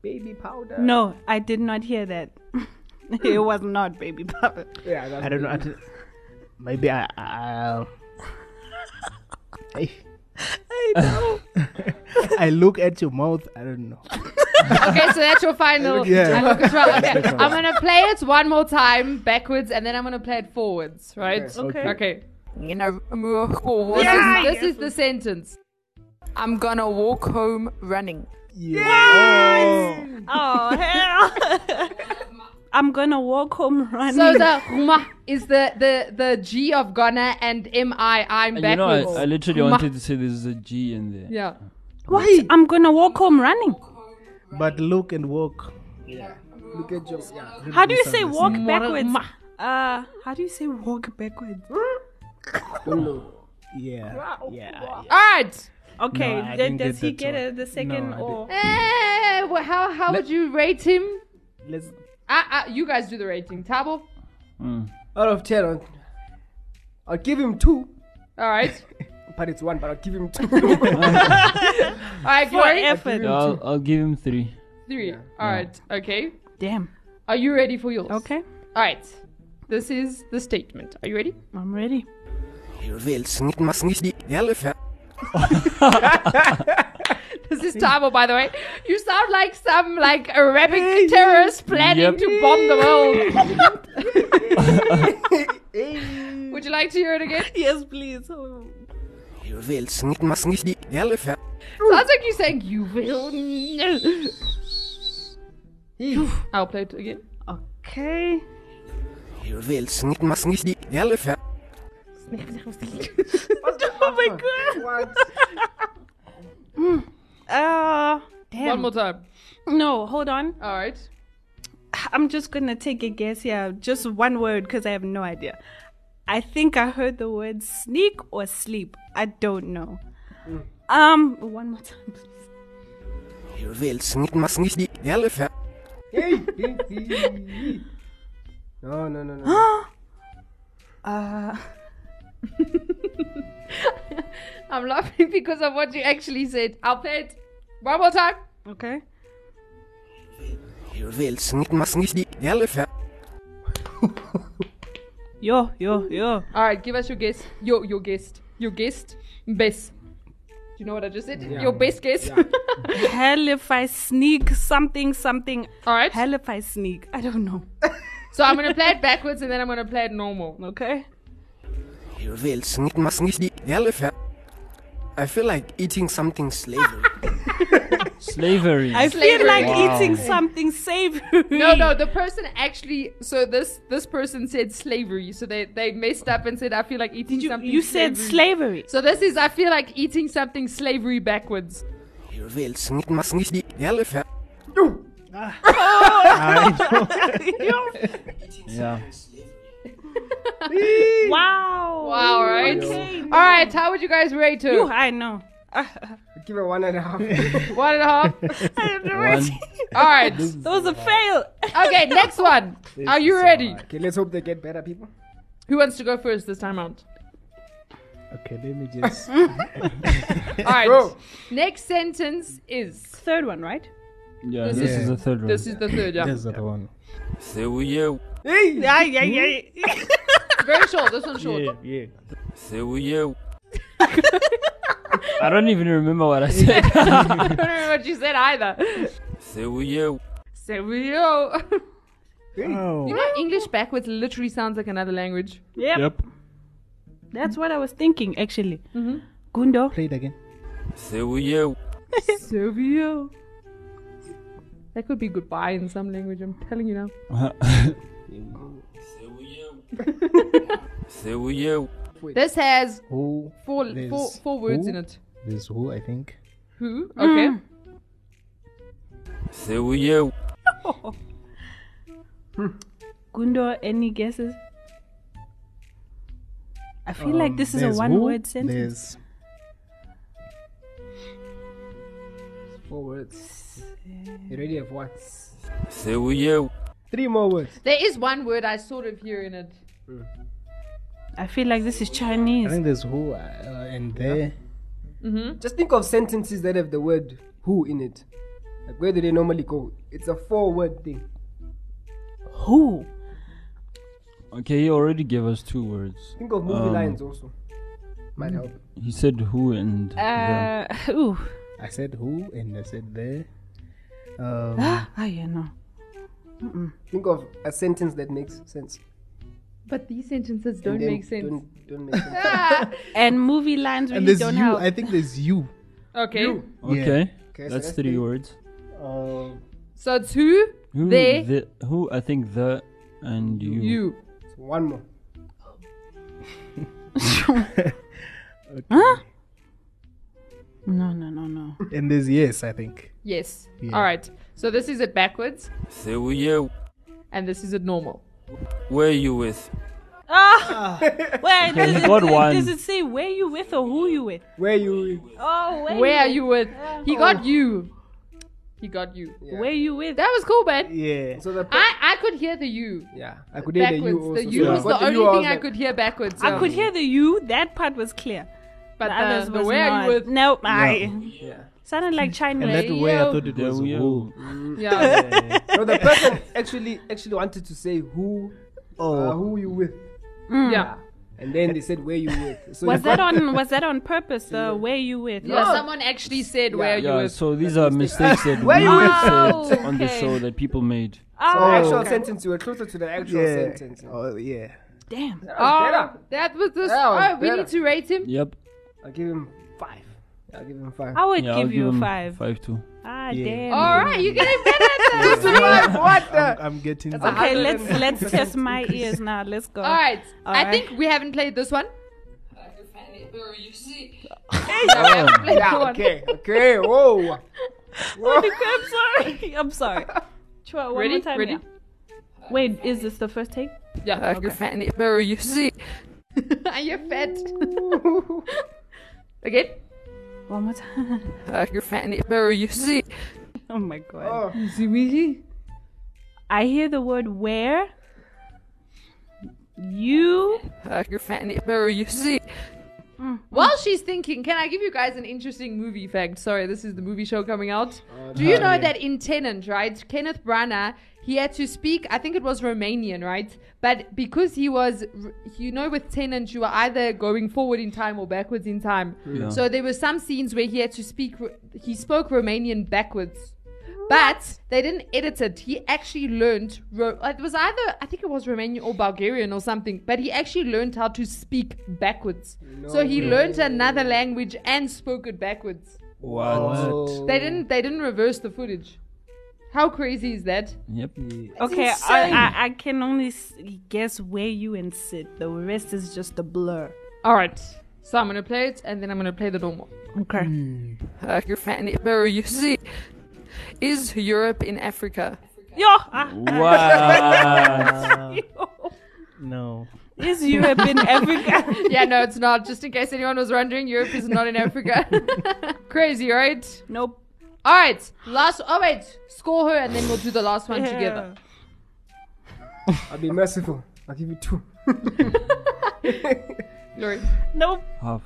[SPEAKER 3] Baby powder.
[SPEAKER 5] No, I did not hear that. it was not baby papa.
[SPEAKER 3] Yeah, that's
[SPEAKER 6] I don't know. I
[SPEAKER 3] baby.
[SPEAKER 6] don't- maybe I. I I, I look at your mouth. I don't know.
[SPEAKER 2] Okay, so that's your final.
[SPEAKER 6] Yeah.
[SPEAKER 2] I look as well. Okay, I'm gonna play it one more time backwards, and then I'm gonna play it forwards. Right?
[SPEAKER 5] Okay.
[SPEAKER 2] Okay. This,
[SPEAKER 5] Yeah,
[SPEAKER 2] is, this is the sentence.
[SPEAKER 7] I'm gonna walk home running.
[SPEAKER 5] Oh, hell. I'm gonna walk home running.
[SPEAKER 2] So the guma is the the the G of Ghana and M I. I'm
[SPEAKER 4] And you know, I,
[SPEAKER 2] backwards.
[SPEAKER 4] I literally
[SPEAKER 2] Guma.
[SPEAKER 4] wanted to say there's a G in there.
[SPEAKER 2] Yeah.
[SPEAKER 5] what? I'm gonna walk home running.
[SPEAKER 6] But look and walk.
[SPEAKER 3] Look at your. Yeah.
[SPEAKER 5] How do you say walk
[SPEAKER 2] Mora-
[SPEAKER 5] backwards?
[SPEAKER 2] ma-
[SPEAKER 5] Uh, how do you say walk backwards?
[SPEAKER 3] Don't know.
[SPEAKER 6] Yeah. Yeah.
[SPEAKER 2] All right.
[SPEAKER 5] Okay,
[SPEAKER 6] I
[SPEAKER 5] then
[SPEAKER 6] didn't
[SPEAKER 5] does
[SPEAKER 6] get
[SPEAKER 5] he
[SPEAKER 6] that
[SPEAKER 5] get
[SPEAKER 6] one.
[SPEAKER 5] uh, the second
[SPEAKER 6] No,
[SPEAKER 5] or?
[SPEAKER 6] I
[SPEAKER 2] Eh, well, how how would you rate him?
[SPEAKER 6] Let's.
[SPEAKER 2] I, I, you guys do the rating. Tabo.
[SPEAKER 4] Mm.
[SPEAKER 3] Out of ten, I'll, I'll give him two.
[SPEAKER 2] All right.
[SPEAKER 3] But it's one, but I'll give him two.
[SPEAKER 2] All right.
[SPEAKER 5] For
[SPEAKER 2] Glory.
[SPEAKER 5] effort.
[SPEAKER 4] Yeah, I'll, I'll give him three.
[SPEAKER 2] Three. All right. Okay.
[SPEAKER 5] Damn.
[SPEAKER 2] Are you ready for yours?
[SPEAKER 5] Okay,
[SPEAKER 2] All right. This is the statement. Are you ready?
[SPEAKER 5] I'm ready.
[SPEAKER 3] uh.
[SPEAKER 2] This is Tabo, by the way. You sound like some like Arabic terrorist planning
[SPEAKER 4] Yep.
[SPEAKER 2] to bomb the world. Would you like to hear it again?
[SPEAKER 5] Yes, please.
[SPEAKER 3] uh.
[SPEAKER 2] Sounds like you're saying you will. know." I'll play it again.
[SPEAKER 5] Okay.
[SPEAKER 3] uh.
[SPEAKER 5] Oh my god.
[SPEAKER 3] What?
[SPEAKER 5] Uh, damn.
[SPEAKER 2] One more time.
[SPEAKER 5] No, hold on.
[SPEAKER 2] All right.
[SPEAKER 5] I'm just gonna take a guess here. Just one word because I have no idea. I think I heard the word sneak or sleep. I don't know. Um, one more time, please.
[SPEAKER 3] uh. Hey, hey, hey. No, no, no, no.
[SPEAKER 5] Uh,
[SPEAKER 2] I'm laughing because of what you actually said. I'll play it one more time.
[SPEAKER 5] okay.
[SPEAKER 3] uh.
[SPEAKER 5] Yo, yo, yo.
[SPEAKER 2] All right, give us your guess. Your your guest. Your guest. Best. Do you know what I just said? your best guess.
[SPEAKER 5] Hell if I sneak something, something.
[SPEAKER 2] All right.
[SPEAKER 5] Hell if I sneak. I don't know.
[SPEAKER 2] So I'm gonna play it backwards and then I'm gonna play it normal.
[SPEAKER 5] Okay.
[SPEAKER 8] I feel like eating something slavery.
[SPEAKER 4] Slavery.
[SPEAKER 5] I feel
[SPEAKER 2] Slavery.
[SPEAKER 5] like
[SPEAKER 4] Wow.
[SPEAKER 5] eating something savory.
[SPEAKER 2] No, no, the person actually. So this this person said slavery. So they they messed up and said I feel like eating
[SPEAKER 5] You,
[SPEAKER 2] something.
[SPEAKER 5] you said slavery.
[SPEAKER 2] So this is I feel like eating something slavery backwards.
[SPEAKER 8] You will sneak my sneak the elephant.
[SPEAKER 4] yeah.
[SPEAKER 5] Wow.
[SPEAKER 2] Wow, right?
[SPEAKER 5] Okay.
[SPEAKER 2] All right, how would you guys rate her?
[SPEAKER 5] Ooh, I know.
[SPEAKER 3] Give it one and a half.
[SPEAKER 2] One and a half.
[SPEAKER 4] One.
[SPEAKER 2] All right.
[SPEAKER 5] That was a fail.
[SPEAKER 2] Okay, next one. Are you ready?
[SPEAKER 3] okay, let's hope they get better, people.
[SPEAKER 2] Who wants to go first this time out?
[SPEAKER 6] Okay, let me just.
[SPEAKER 2] All right.
[SPEAKER 3] Go.
[SPEAKER 2] Next sentence is.
[SPEAKER 5] Third one, right?
[SPEAKER 4] Yeah,
[SPEAKER 2] This
[SPEAKER 4] this,
[SPEAKER 2] is-
[SPEAKER 4] is the third one.
[SPEAKER 2] This is the third, yeah.
[SPEAKER 6] That's the one.
[SPEAKER 8] There we are.
[SPEAKER 3] Hey!
[SPEAKER 5] Yeah, yeah,
[SPEAKER 6] Hmm?
[SPEAKER 5] yeah.
[SPEAKER 2] Very short. This one's short.
[SPEAKER 6] Yeah, yeah.
[SPEAKER 8] There we are.
[SPEAKER 4] I don't even remember what I said.
[SPEAKER 2] I don't remember what you said either.
[SPEAKER 8] There we are.
[SPEAKER 2] Serio.
[SPEAKER 6] Oh.
[SPEAKER 2] You know, English backwards literally sounds like another language.
[SPEAKER 5] Yep. That's what I was thinking, actually.
[SPEAKER 2] Mm-hmm.
[SPEAKER 5] Gundo.
[SPEAKER 6] Play it again.
[SPEAKER 8] There we are.
[SPEAKER 2] Serio. That could be goodbye in some language, I'm telling you now.
[SPEAKER 8] There we are.
[SPEAKER 2] This has
[SPEAKER 6] Who?
[SPEAKER 2] four,
[SPEAKER 6] There's
[SPEAKER 2] four, four words
[SPEAKER 6] who?
[SPEAKER 2] in it.
[SPEAKER 6] There's who, I think.
[SPEAKER 2] Who? Okay.
[SPEAKER 8] There we are.
[SPEAKER 5] Gundo, any guesses? I feel like
[SPEAKER 6] Um,
[SPEAKER 5] this is a
[SPEAKER 6] there's
[SPEAKER 5] one
[SPEAKER 6] who,
[SPEAKER 5] word sentence.
[SPEAKER 6] There's
[SPEAKER 3] Four words. You already have one.
[SPEAKER 8] There we are.
[SPEAKER 3] Three more words.
[SPEAKER 2] There is one word I sort of hear in it.
[SPEAKER 5] I feel like this is
[SPEAKER 6] I
[SPEAKER 5] Chinese.
[SPEAKER 6] think there's who uh, and there.
[SPEAKER 3] Just think of sentences that have the word who in it. Like, where do they normally go? It's a four word thing.
[SPEAKER 5] Who?
[SPEAKER 4] okay, he already gave us two words.
[SPEAKER 3] Think of movie
[SPEAKER 4] Um,
[SPEAKER 3] lines also. Might help.
[SPEAKER 4] He said who and the-
[SPEAKER 5] Uh, ooh.
[SPEAKER 6] I said who and I said there. Um,
[SPEAKER 5] Ah, yeah, no.
[SPEAKER 3] Think of a sentence that makes sense.
[SPEAKER 2] But these sentences
[SPEAKER 3] And
[SPEAKER 2] don't
[SPEAKER 3] then
[SPEAKER 2] make sense.
[SPEAKER 3] Don't, don't make sense.
[SPEAKER 2] Ah,
[SPEAKER 5] And movie lines
[SPEAKER 6] and
[SPEAKER 5] really
[SPEAKER 6] there's you.
[SPEAKER 5] don't help.
[SPEAKER 6] I think there's you.
[SPEAKER 2] okay.
[SPEAKER 4] okay.
[SPEAKER 3] Okay, so
[SPEAKER 4] that's
[SPEAKER 3] that's
[SPEAKER 4] three
[SPEAKER 3] three.
[SPEAKER 4] words.
[SPEAKER 6] Uh,
[SPEAKER 2] So it's who?
[SPEAKER 4] Who?
[SPEAKER 2] They.
[SPEAKER 4] The, who? I think the and you.
[SPEAKER 2] You.
[SPEAKER 3] One more.
[SPEAKER 5] No, no, no, no.
[SPEAKER 6] and there's yes, I think.
[SPEAKER 2] Yes.
[SPEAKER 6] Yeah.
[SPEAKER 2] All right. So this is it backwards,
[SPEAKER 8] There we are.
[SPEAKER 2] and this is it normal.
[SPEAKER 8] Where you with?
[SPEAKER 5] Ah! Wait, does,
[SPEAKER 4] got
[SPEAKER 5] it,
[SPEAKER 4] one.
[SPEAKER 5] does it say where you with or who you with?
[SPEAKER 3] Where you?
[SPEAKER 5] Oh, where,
[SPEAKER 2] Where are
[SPEAKER 5] you
[SPEAKER 2] you with? He got you. He got you.
[SPEAKER 5] with? Where you with?
[SPEAKER 2] That was cool, man.
[SPEAKER 6] Yeah.
[SPEAKER 3] So the
[SPEAKER 2] I, I could hear the you
[SPEAKER 3] yeah, I could hear the Uh, you also.
[SPEAKER 2] backwards. The
[SPEAKER 3] so
[SPEAKER 2] you
[SPEAKER 3] I
[SPEAKER 2] was
[SPEAKER 3] got
[SPEAKER 2] the only
[SPEAKER 3] you, was
[SPEAKER 2] thing I
[SPEAKER 3] like,
[SPEAKER 2] could hear backwards.
[SPEAKER 5] I
[SPEAKER 2] yeah.
[SPEAKER 5] could hear the you. That part was clear.
[SPEAKER 2] but
[SPEAKER 5] the
[SPEAKER 2] the,
[SPEAKER 5] others
[SPEAKER 2] the
[SPEAKER 5] was
[SPEAKER 2] where
[SPEAKER 5] not.
[SPEAKER 2] are you with?
[SPEAKER 5] Nope, I
[SPEAKER 3] Yeah.
[SPEAKER 5] sounded like Chinese.
[SPEAKER 6] And that way I thought it
[SPEAKER 4] There
[SPEAKER 6] was
[SPEAKER 4] we are.
[SPEAKER 6] who.
[SPEAKER 2] Yeah.
[SPEAKER 3] No, the person actually actually wanted to say who, uh,
[SPEAKER 6] Oh,
[SPEAKER 3] who you with,
[SPEAKER 2] yeah.
[SPEAKER 3] and then they said where you with. So
[SPEAKER 5] was
[SPEAKER 3] you
[SPEAKER 5] that
[SPEAKER 3] got-
[SPEAKER 5] on? Was that on purpose? The where you with?
[SPEAKER 2] Yeah, someone actually said where
[SPEAKER 4] Yeah,
[SPEAKER 2] you with.
[SPEAKER 4] so these are mistakes that we
[SPEAKER 3] Where you with?
[SPEAKER 4] said
[SPEAKER 2] Oh,
[SPEAKER 4] on the
[SPEAKER 2] okay.
[SPEAKER 4] show that people made.
[SPEAKER 3] The
[SPEAKER 5] Ah,
[SPEAKER 6] Oh.
[SPEAKER 3] actual sentence. You were closer to the actual
[SPEAKER 6] yeah.
[SPEAKER 3] sentence.
[SPEAKER 6] Oh, yeah.
[SPEAKER 5] damn.
[SPEAKER 2] Oh,
[SPEAKER 3] Better.
[SPEAKER 2] that was this.
[SPEAKER 3] That was
[SPEAKER 2] oh, we
[SPEAKER 3] better.
[SPEAKER 2] need to rate him.
[SPEAKER 4] Yep.
[SPEAKER 3] I'll give him five. I'll give him five.
[SPEAKER 5] I would
[SPEAKER 4] Yeah, I'll
[SPEAKER 5] give you a
[SPEAKER 4] him
[SPEAKER 5] five.
[SPEAKER 4] Five too.
[SPEAKER 5] Ah,
[SPEAKER 6] Yeah.
[SPEAKER 5] damn.
[SPEAKER 2] All right, you getting better at this.
[SPEAKER 3] what the?
[SPEAKER 6] I'm getting.
[SPEAKER 5] Okay, let's let's test my ears now. Let's go.
[SPEAKER 2] All right.
[SPEAKER 5] All
[SPEAKER 2] I
[SPEAKER 5] right.
[SPEAKER 2] think we haven't played this one.
[SPEAKER 4] Um,
[SPEAKER 3] Yeah, okay, okay, whoa. whoa.
[SPEAKER 5] I'm sorry. I'm sorry. Try one
[SPEAKER 2] Ready?
[SPEAKER 5] more time.
[SPEAKER 2] Ready?
[SPEAKER 5] yeah. Wait, is this the first take?
[SPEAKER 2] Yeah.
[SPEAKER 7] Like a fanny bear, you see.
[SPEAKER 2] Are you fat? Again?
[SPEAKER 5] One more time.
[SPEAKER 2] Ah,
[SPEAKER 7] Like a fanny bear, you see.
[SPEAKER 5] Oh my god.
[SPEAKER 3] Oh.
[SPEAKER 5] I hear the word where. You.
[SPEAKER 2] Uh,
[SPEAKER 7] Like a fanny bear, you see.
[SPEAKER 2] While she's thinking, can I give you guys an interesting movie fact? Sorry, this is the movie show coming out. Do you know that in Tenant, right? Kenneth Branagh, he had to speak, I think it was Romanian, right? But because he was, you know, with Tenant, you were either going forward in time or backwards in time.
[SPEAKER 4] Yeah.
[SPEAKER 2] So there were some scenes where he had to speak, Ro- he spoke Romanian backwards. But they didn't edit it. He actually learned. Ro- it was either I think it was Romanian or Bulgarian or something. But he actually learned how to speak backwards. so he learned another language and spoke it backwards.
[SPEAKER 4] what?
[SPEAKER 2] They didn't. They didn't reverse the footage. How crazy is that?
[SPEAKER 4] Yep.
[SPEAKER 5] Okay, I, I, I can only s- guess where you and sit. The rest is just a blur.
[SPEAKER 2] All right. So I'm gonna play it, and then I'm gonna play the normal.
[SPEAKER 5] Okay.
[SPEAKER 7] Like a fanny bear, you see. Is Europe in Africa?
[SPEAKER 5] ah, Yo. ah,
[SPEAKER 4] What?
[SPEAKER 6] No.
[SPEAKER 5] Is Europe in Africa?
[SPEAKER 2] yeah, no, it's not. Just in case anyone was wondering, Europe is not in Africa. Crazy, right?
[SPEAKER 5] nope.
[SPEAKER 2] All right, last. Oh wait, score her, and then we'll do the last one together.
[SPEAKER 3] I'll be merciful. I'll give you two.
[SPEAKER 2] Glory.
[SPEAKER 5] Nope.
[SPEAKER 4] Half.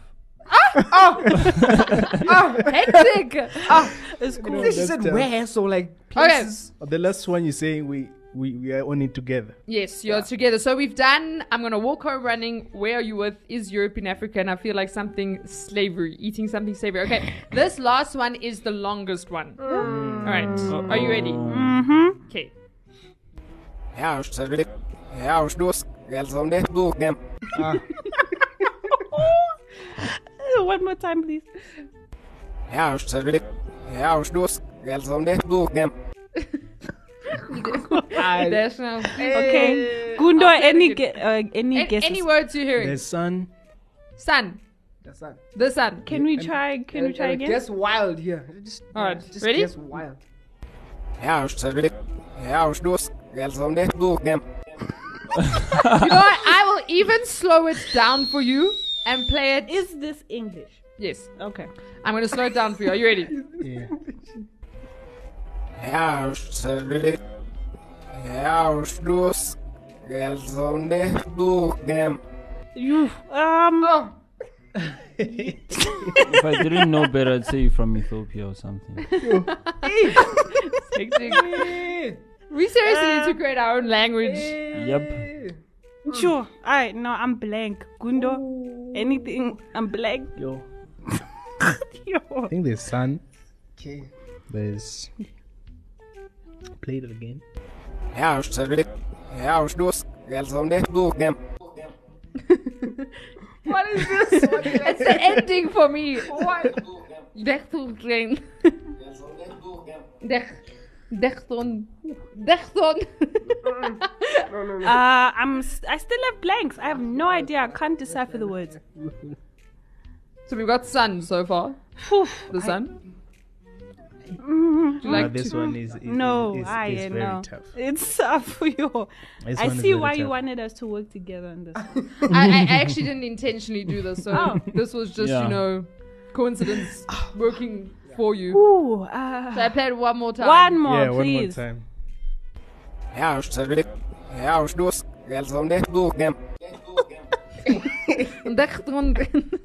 [SPEAKER 2] Oh, hectic. Oh,
[SPEAKER 5] It's cool.
[SPEAKER 3] she said
[SPEAKER 6] that's, uh,
[SPEAKER 3] where, so like
[SPEAKER 2] okay.
[SPEAKER 3] places.
[SPEAKER 6] Oh, The last one you're saying we we, we are on it together.
[SPEAKER 2] Yes, you're together. So we've done. I'm gonna walk home running. Where are you with? Is Europe in Africa? And I feel like something slavery, eating something slavery. Okay, this last one is the longest one. All right, are you ready?
[SPEAKER 5] Mm-hmm.
[SPEAKER 2] Okay.
[SPEAKER 5] One more time, please.
[SPEAKER 2] There's no
[SPEAKER 5] Okay. Gundo,
[SPEAKER 2] I'll take
[SPEAKER 5] any
[SPEAKER 2] it.
[SPEAKER 5] ge- uh, any
[SPEAKER 2] An-
[SPEAKER 5] guesses?
[SPEAKER 2] any words you're hearing.
[SPEAKER 6] The sun.
[SPEAKER 2] Sun.
[SPEAKER 3] That's not.
[SPEAKER 2] The sun.
[SPEAKER 5] Can we try? Can we try again?
[SPEAKER 3] Guess wild here. Just,
[SPEAKER 2] All right,
[SPEAKER 3] just
[SPEAKER 2] ready?
[SPEAKER 3] Guess wild.
[SPEAKER 2] you know what? I will even slow it down for you and play it.
[SPEAKER 5] Is this English?
[SPEAKER 2] yes.
[SPEAKER 5] Okay.
[SPEAKER 2] I'm gonna slow it down for you. Are you ready?
[SPEAKER 6] Yeah.
[SPEAKER 5] You um.
[SPEAKER 4] If I didn't know better, I'd say you're from Ethiopia or something.
[SPEAKER 2] Hectic. we seriously need to create our own language.
[SPEAKER 4] Yep.
[SPEAKER 5] Sure. All right. No, I'm blank. Gundo. Anything? I'm blank.
[SPEAKER 6] Yo.
[SPEAKER 5] Yo.
[SPEAKER 6] I think there's sun.
[SPEAKER 3] Okay.
[SPEAKER 6] There's. Play it again.
[SPEAKER 2] What is this? it's the ending for me. What? Dechtelgren. Dech. Dechton. Dechton.
[SPEAKER 5] Uh, I'm. s- I still have blanks. I have no idea. I can't decipher the words.
[SPEAKER 2] So we've got sun so far.
[SPEAKER 5] Phew.
[SPEAKER 2] The sun.
[SPEAKER 5] Mm,
[SPEAKER 2] Do you like
[SPEAKER 6] Now this
[SPEAKER 2] to-
[SPEAKER 6] one is, is
[SPEAKER 5] no,
[SPEAKER 6] is, is,
[SPEAKER 5] I
[SPEAKER 6] is very
[SPEAKER 5] no.
[SPEAKER 6] tough.
[SPEAKER 5] It's tough for you.
[SPEAKER 6] This
[SPEAKER 5] I
[SPEAKER 6] one is
[SPEAKER 5] see
[SPEAKER 6] very
[SPEAKER 5] why you
[SPEAKER 6] tough.
[SPEAKER 5] wanted us to work together on this.
[SPEAKER 2] I, I I actually didn't intentionally do this, so
[SPEAKER 5] Oh.
[SPEAKER 2] this was just,
[SPEAKER 4] Yeah.
[SPEAKER 2] you know, coincidence working for you.
[SPEAKER 5] Ooh.
[SPEAKER 2] So I
[SPEAKER 5] Uh,
[SPEAKER 2] played one more time.
[SPEAKER 5] one more,
[SPEAKER 6] yeah, one more
[SPEAKER 5] please.
[SPEAKER 6] time.
[SPEAKER 2] Dechtelgren.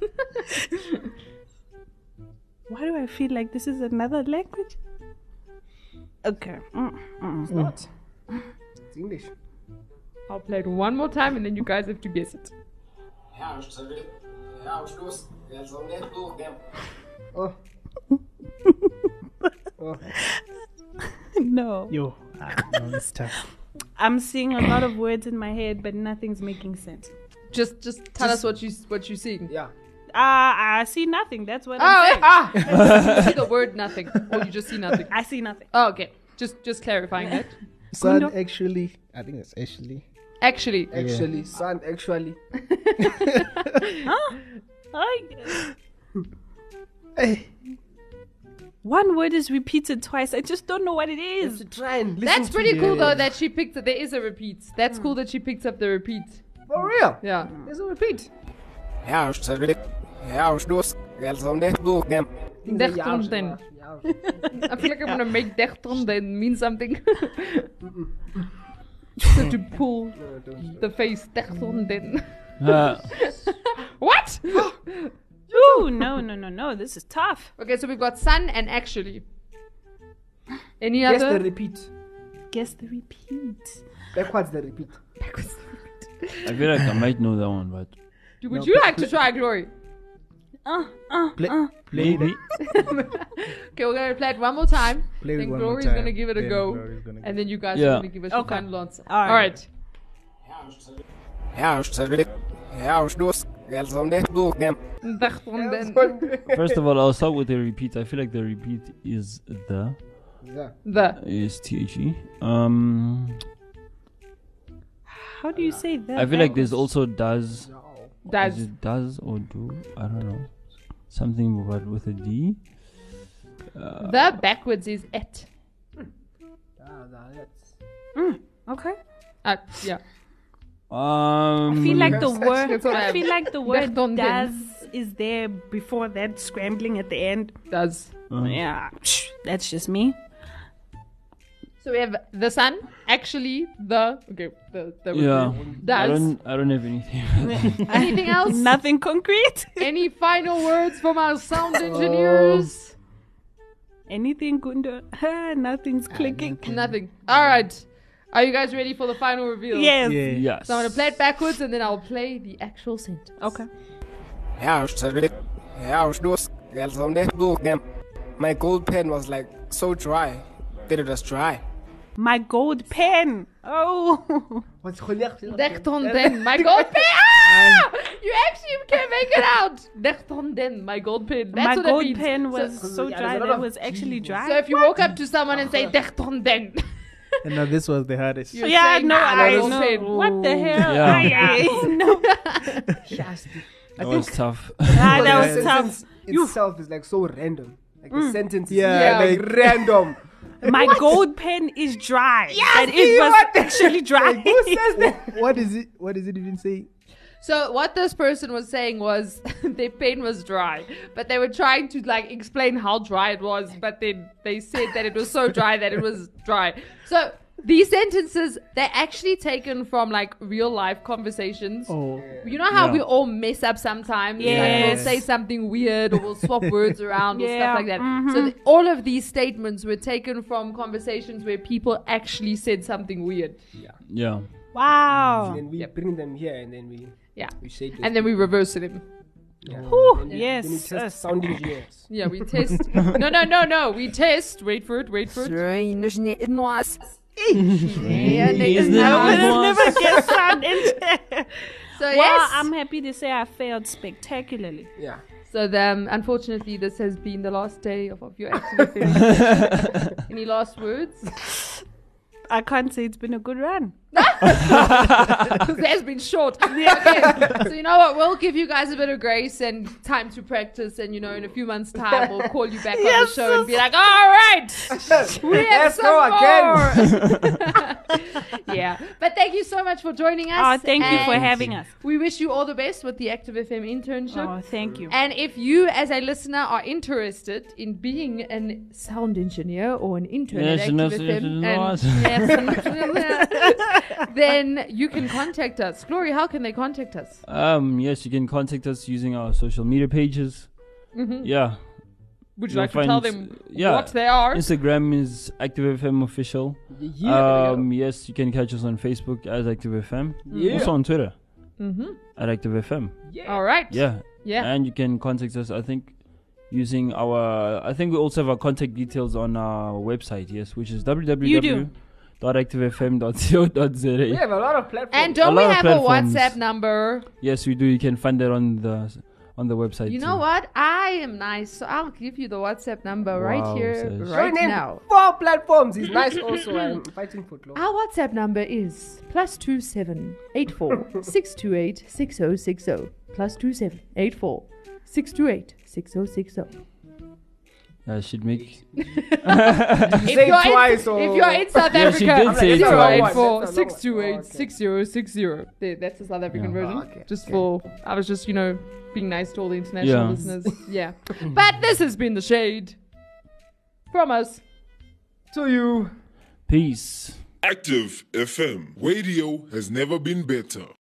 [SPEAKER 5] Why do I feel like this is another language? Okay. Mm, mm.
[SPEAKER 3] What? It's English.
[SPEAKER 2] I'll play it one more time and then you guys have to guess it.
[SPEAKER 3] Oh,
[SPEAKER 5] No.
[SPEAKER 6] Yo. Ah, no, it's tough.
[SPEAKER 5] I'm seeing a lot of words in my head, but nothing's making sense.
[SPEAKER 2] Just just tell us what you what you see.
[SPEAKER 3] yeah.
[SPEAKER 5] Uh, I see nothing. That's what I'm
[SPEAKER 2] Oh,
[SPEAKER 5] saying.
[SPEAKER 2] ah! you see the word nothing, or you just see nothing.
[SPEAKER 5] I see nothing.
[SPEAKER 2] Oh, okay. Just just clarifying that.
[SPEAKER 6] Sun
[SPEAKER 5] Gundo?
[SPEAKER 6] actually. I think it's actually.
[SPEAKER 2] Actually,
[SPEAKER 3] Actually, sun. Actually.
[SPEAKER 5] Huh? I- One word is repeated twice. I just don't know what it
[SPEAKER 3] You have
[SPEAKER 5] is.
[SPEAKER 3] to try and listen
[SPEAKER 2] that's
[SPEAKER 3] to
[SPEAKER 2] pretty
[SPEAKER 3] the-
[SPEAKER 2] cool though that she picked. There is a repeat. That's cool that she picked up the repeat.
[SPEAKER 3] For real.
[SPEAKER 2] Yeah.
[SPEAKER 3] There's a repeat.
[SPEAKER 2] Dechtonten. I feel like I'm gonna make dechton then mean something. so to pull the face dechton then.
[SPEAKER 4] Uh,
[SPEAKER 2] what?
[SPEAKER 5] Ooh, no, no, no, no. This is tough.
[SPEAKER 2] okay, so we've got sun and actually. Any
[SPEAKER 3] Yes,
[SPEAKER 2] other?
[SPEAKER 3] the repeat.
[SPEAKER 5] Guess the repeat.
[SPEAKER 3] Backwards, the repeat.
[SPEAKER 4] I feel like I might know that one, but
[SPEAKER 2] Would you like to try glory?
[SPEAKER 5] Uh, uh,
[SPEAKER 6] Play,
[SPEAKER 5] uh.
[SPEAKER 6] play,
[SPEAKER 4] maybe.
[SPEAKER 2] Okay, we're gonna play it one more time.
[SPEAKER 6] play
[SPEAKER 2] then
[SPEAKER 6] one more
[SPEAKER 2] Glory's
[SPEAKER 6] time.
[SPEAKER 2] gonna give it a
[SPEAKER 6] Then
[SPEAKER 2] go,
[SPEAKER 6] Glory's gonna
[SPEAKER 2] and then you guys
[SPEAKER 4] Yeah.
[SPEAKER 2] are gonna give us your
[SPEAKER 5] Okay.
[SPEAKER 2] final answer.
[SPEAKER 5] All right.
[SPEAKER 2] All right. Dachtonden.
[SPEAKER 4] First of all, I'll start with the repeat. I feel like the repeat is the
[SPEAKER 3] Yeah.
[SPEAKER 2] The
[SPEAKER 4] is T H E. Um,
[SPEAKER 5] How do you say that?
[SPEAKER 4] I feel like there's also does.
[SPEAKER 2] does.
[SPEAKER 4] Is it does or do? I don't know. Something but with a D. Uh,
[SPEAKER 2] The backwards is et.
[SPEAKER 3] Ah, that's-
[SPEAKER 5] Okay.
[SPEAKER 2] Uh, yeah.
[SPEAKER 4] Um,
[SPEAKER 5] I feel like the
[SPEAKER 2] Perception,
[SPEAKER 5] word.
[SPEAKER 2] that's what
[SPEAKER 5] I
[SPEAKER 2] I'm-
[SPEAKER 5] feel like the word
[SPEAKER 2] Bertonden.
[SPEAKER 5] does is there before that scrambling at the end.
[SPEAKER 2] Does
[SPEAKER 5] Yeah, psh, that's just me.
[SPEAKER 2] so we have the sun actually the okay the, the
[SPEAKER 4] yeah. I
[SPEAKER 2] does
[SPEAKER 4] don't. I don't have anything.
[SPEAKER 2] anything else
[SPEAKER 5] Nothing concrete.
[SPEAKER 2] any final words from our sound
[SPEAKER 4] Oh.
[SPEAKER 2] engineers
[SPEAKER 5] Anything, Gundo? Ah, nothing's clicking.
[SPEAKER 2] nothing all right are you guys ready for the final reveal
[SPEAKER 5] Yes.
[SPEAKER 6] Yeah.
[SPEAKER 4] yes.
[SPEAKER 2] so i'm gonna play it backwards and then i'll play the actual sentence
[SPEAKER 5] Okay.
[SPEAKER 3] Yeah, I was on that book. My gold pen was like so dry that it was dry.
[SPEAKER 5] My gold pen. Oh.
[SPEAKER 6] What's Kholiak?
[SPEAKER 2] Dechtonden, my gold pen. Ah! You actually can make it out. Dechtonden, my gold pen. That's
[SPEAKER 5] My
[SPEAKER 2] what
[SPEAKER 5] gold
[SPEAKER 2] it means.
[SPEAKER 5] pen
[SPEAKER 2] So-
[SPEAKER 5] was
[SPEAKER 2] So,
[SPEAKER 5] so, dry that it was actually dry.
[SPEAKER 2] if you woke up to someone and say Dechtonden,
[SPEAKER 6] And now this was the hardest.
[SPEAKER 2] you're
[SPEAKER 5] yeah,
[SPEAKER 2] saying,
[SPEAKER 5] no,
[SPEAKER 2] "Ah, my
[SPEAKER 5] I
[SPEAKER 2] gold
[SPEAKER 5] know.
[SPEAKER 2] pen."
[SPEAKER 5] What the hell?
[SPEAKER 4] Yeah.
[SPEAKER 5] Ay, ay, ay. no.
[SPEAKER 4] that was tough.
[SPEAKER 5] Ah, that
[SPEAKER 3] The
[SPEAKER 5] was tough.
[SPEAKER 3] sentence
[SPEAKER 5] You-
[SPEAKER 3] itself is like so random. Like the
[SPEAKER 2] Mm.
[SPEAKER 3] sentence is
[SPEAKER 6] Yeah,
[SPEAKER 3] like random.
[SPEAKER 5] My gold pen is dry. Yes, and
[SPEAKER 3] you
[SPEAKER 5] it was
[SPEAKER 3] want-
[SPEAKER 5] actually dry.
[SPEAKER 3] Who says that?
[SPEAKER 6] what is it? What is it even saying?
[SPEAKER 2] So what this person was saying was their pen was dry, but they were trying to like explain how dry it was, but then they said that it was so dry that it was dry. So these sentences they're actually taken from like real life conversations.
[SPEAKER 6] Oh,
[SPEAKER 2] You know how
[SPEAKER 4] Yeah.
[SPEAKER 2] we all mess up sometimes? Like we'll
[SPEAKER 5] Yes.
[SPEAKER 2] say something weird or we'll swap words around or
[SPEAKER 5] Yeah,
[SPEAKER 2] stuff like that. So
[SPEAKER 5] mhm.
[SPEAKER 2] th- all of these statements were taken from conversations where people actually said something weird.
[SPEAKER 4] yeah.
[SPEAKER 5] Wow.
[SPEAKER 3] And we bring them here and then we
[SPEAKER 2] Yeah.
[SPEAKER 3] we shade
[SPEAKER 2] And then we reverse them.
[SPEAKER 5] Whew, yes.
[SPEAKER 3] then we test
[SPEAKER 5] yes.
[SPEAKER 3] sound engineers.
[SPEAKER 2] Yeah, we test. no, no, no, no. We test. Wait for it, wait for it.
[SPEAKER 7] Strange ne- noise.
[SPEAKER 4] Isn't it
[SPEAKER 5] I would have
[SPEAKER 4] nice?
[SPEAKER 5] never guessed that.
[SPEAKER 2] So,
[SPEAKER 5] Well,
[SPEAKER 2] yes.
[SPEAKER 5] I'm happy to say I failed spectacularly.
[SPEAKER 3] Yeah.
[SPEAKER 2] so, then, unfortunately, this has been the last day of, of your activity. Any last words?
[SPEAKER 5] I can't say it's been a good run.
[SPEAKER 2] because it has been short. Okay. So you know what? We'll give you guys a bit of grace and time to practice. And you know, in a few months' time, we'll call you back on the
[SPEAKER 5] Yes,
[SPEAKER 2] show and be like, "All right, we have
[SPEAKER 3] Let's
[SPEAKER 2] some
[SPEAKER 3] go
[SPEAKER 2] more."
[SPEAKER 3] again.
[SPEAKER 2] yeah. But thank you so much for joining
[SPEAKER 5] Oh,
[SPEAKER 2] us.
[SPEAKER 5] thank you for
[SPEAKER 2] and
[SPEAKER 5] having us.
[SPEAKER 2] We wish you all the best with the Active FM internship.
[SPEAKER 5] Oh, thank you.
[SPEAKER 2] And if you, as a listener, are interested in being a sound engineer or an intern at
[SPEAKER 4] Yes, yes,
[SPEAKER 2] Active
[SPEAKER 4] yes,
[SPEAKER 2] FM,
[SPEAKER 4] yes,
[SPEAKER 2] and- yes, then you can contact us. Glory, how can they contact us?
[SPEAKER 4] Um. Yes, you can contact us using our social media pages.
[SPEAKER 2] Mhm.
[SPEAKER 4] Yeah.
[SPEAKER 2] Would you
[SPEAKER 4] You'll
[SPEAKER 2] like to tell
[SPEAKER 4] find-
[SPEAKER 2] them
[SPEAKER 4] yeah.
[SPEAKER 2] what they are?
[SPEAKER 4] Instagram is Active FM official.
[SPEAKER 3] Yeah.
[SPEAKER 4] um. Yes, you can catch us on Facebook as Active FM.
[SPEAKER 3] Yeah.
[SPEAKER 4] Also on Twitter
[SPEAKER 2] Mhm.
[SPEAKER 4] at Active FM.
[SPEAKER 2] All right.
[SPEAKER 4] Yeah.
[SPEAKER 2] Yeah.
[SPEAKER 4] And you can contact us. I think using our. I think we also have our contact details on our website. Yes, which is
[SPEAKER 5] do.
[SPEAKER 4] www.activefm.co.za.
[SPEAKER 3] we have a lot of platforms.
[SPEAKER 2] And
[SPEAKER 4] A
[SPEAKER 2] don't we
[SPEAKER 4] lot of
[SPEAKER 2] have a
[SPEAKER 4] platforms.
[SPEAKER 2] WhatsApp number?
[SPEAKER 4] Yes, we do. You can find that on the on the website.
[SPEAKER 2] You
[SPEAKER 4] too.
[SPEAKER 2] know what? I am nice, so I'll give you the WhatsApp number right
[SPEAKER 4] Wow,
[SPEAKER 2] here,
[SPEAKER 4] Sej.
[SPEAKER 3] Don't
[SPEAKER 2] right
[SPEAKER 3] name
[SPEAKER 2] now.
[SPEAKER 3] Four platforms is nice also. I'm fighting for glory.
[SPEAKER 2] Our WhatsApp number is plus two seven eight four six two eight six zero six zero plus two seven eight four six two eight six zero six oh. zero.
[SPEAKER 4] I should make.
[SPEAKER 2] If
[SPEAKER 3] say
[SPEAKER 2] you're in-
[SPEAKER 3] twice or-
[SPEAKER 2] if you're in South
[SPEAKER 4] Yeah, she did
[SPEAKER 2] Africa,
[SPEAKER 4] say it
[SPEAKER 2] zero
[SPEAKER 4] twice.
[SPEAKER 2] eight four
[SPEAKER 3] That's a long
[SPEAKER 2] oh. six
[SPEAKER 3] one.
[SPEAKER 2] two
[SPEAKER 3] Oh,
[SPEAKER 2] eight
[SPEAKER 3] okay.
[SPEAKER 2] six zero six zero. There, that's the South African
[SPEAKER 4] Yeah.
[SPEAKER 2] version.
[SPEAKER 3] Oh, okay,
[SPEAKER 2] Just
[SPEAKER 3] okay.
[SPEAKER 2] for I was just you know being nice to all the international
[SPEAKER 4] Yeah.
[SPEAKER 2] listeners. Yeah, but this has been the shade from us.
[SPEAKER 3] to you.
[SPEAKER 4] Peace.
[SPEAKER 9] Active FM. Radio has never been better.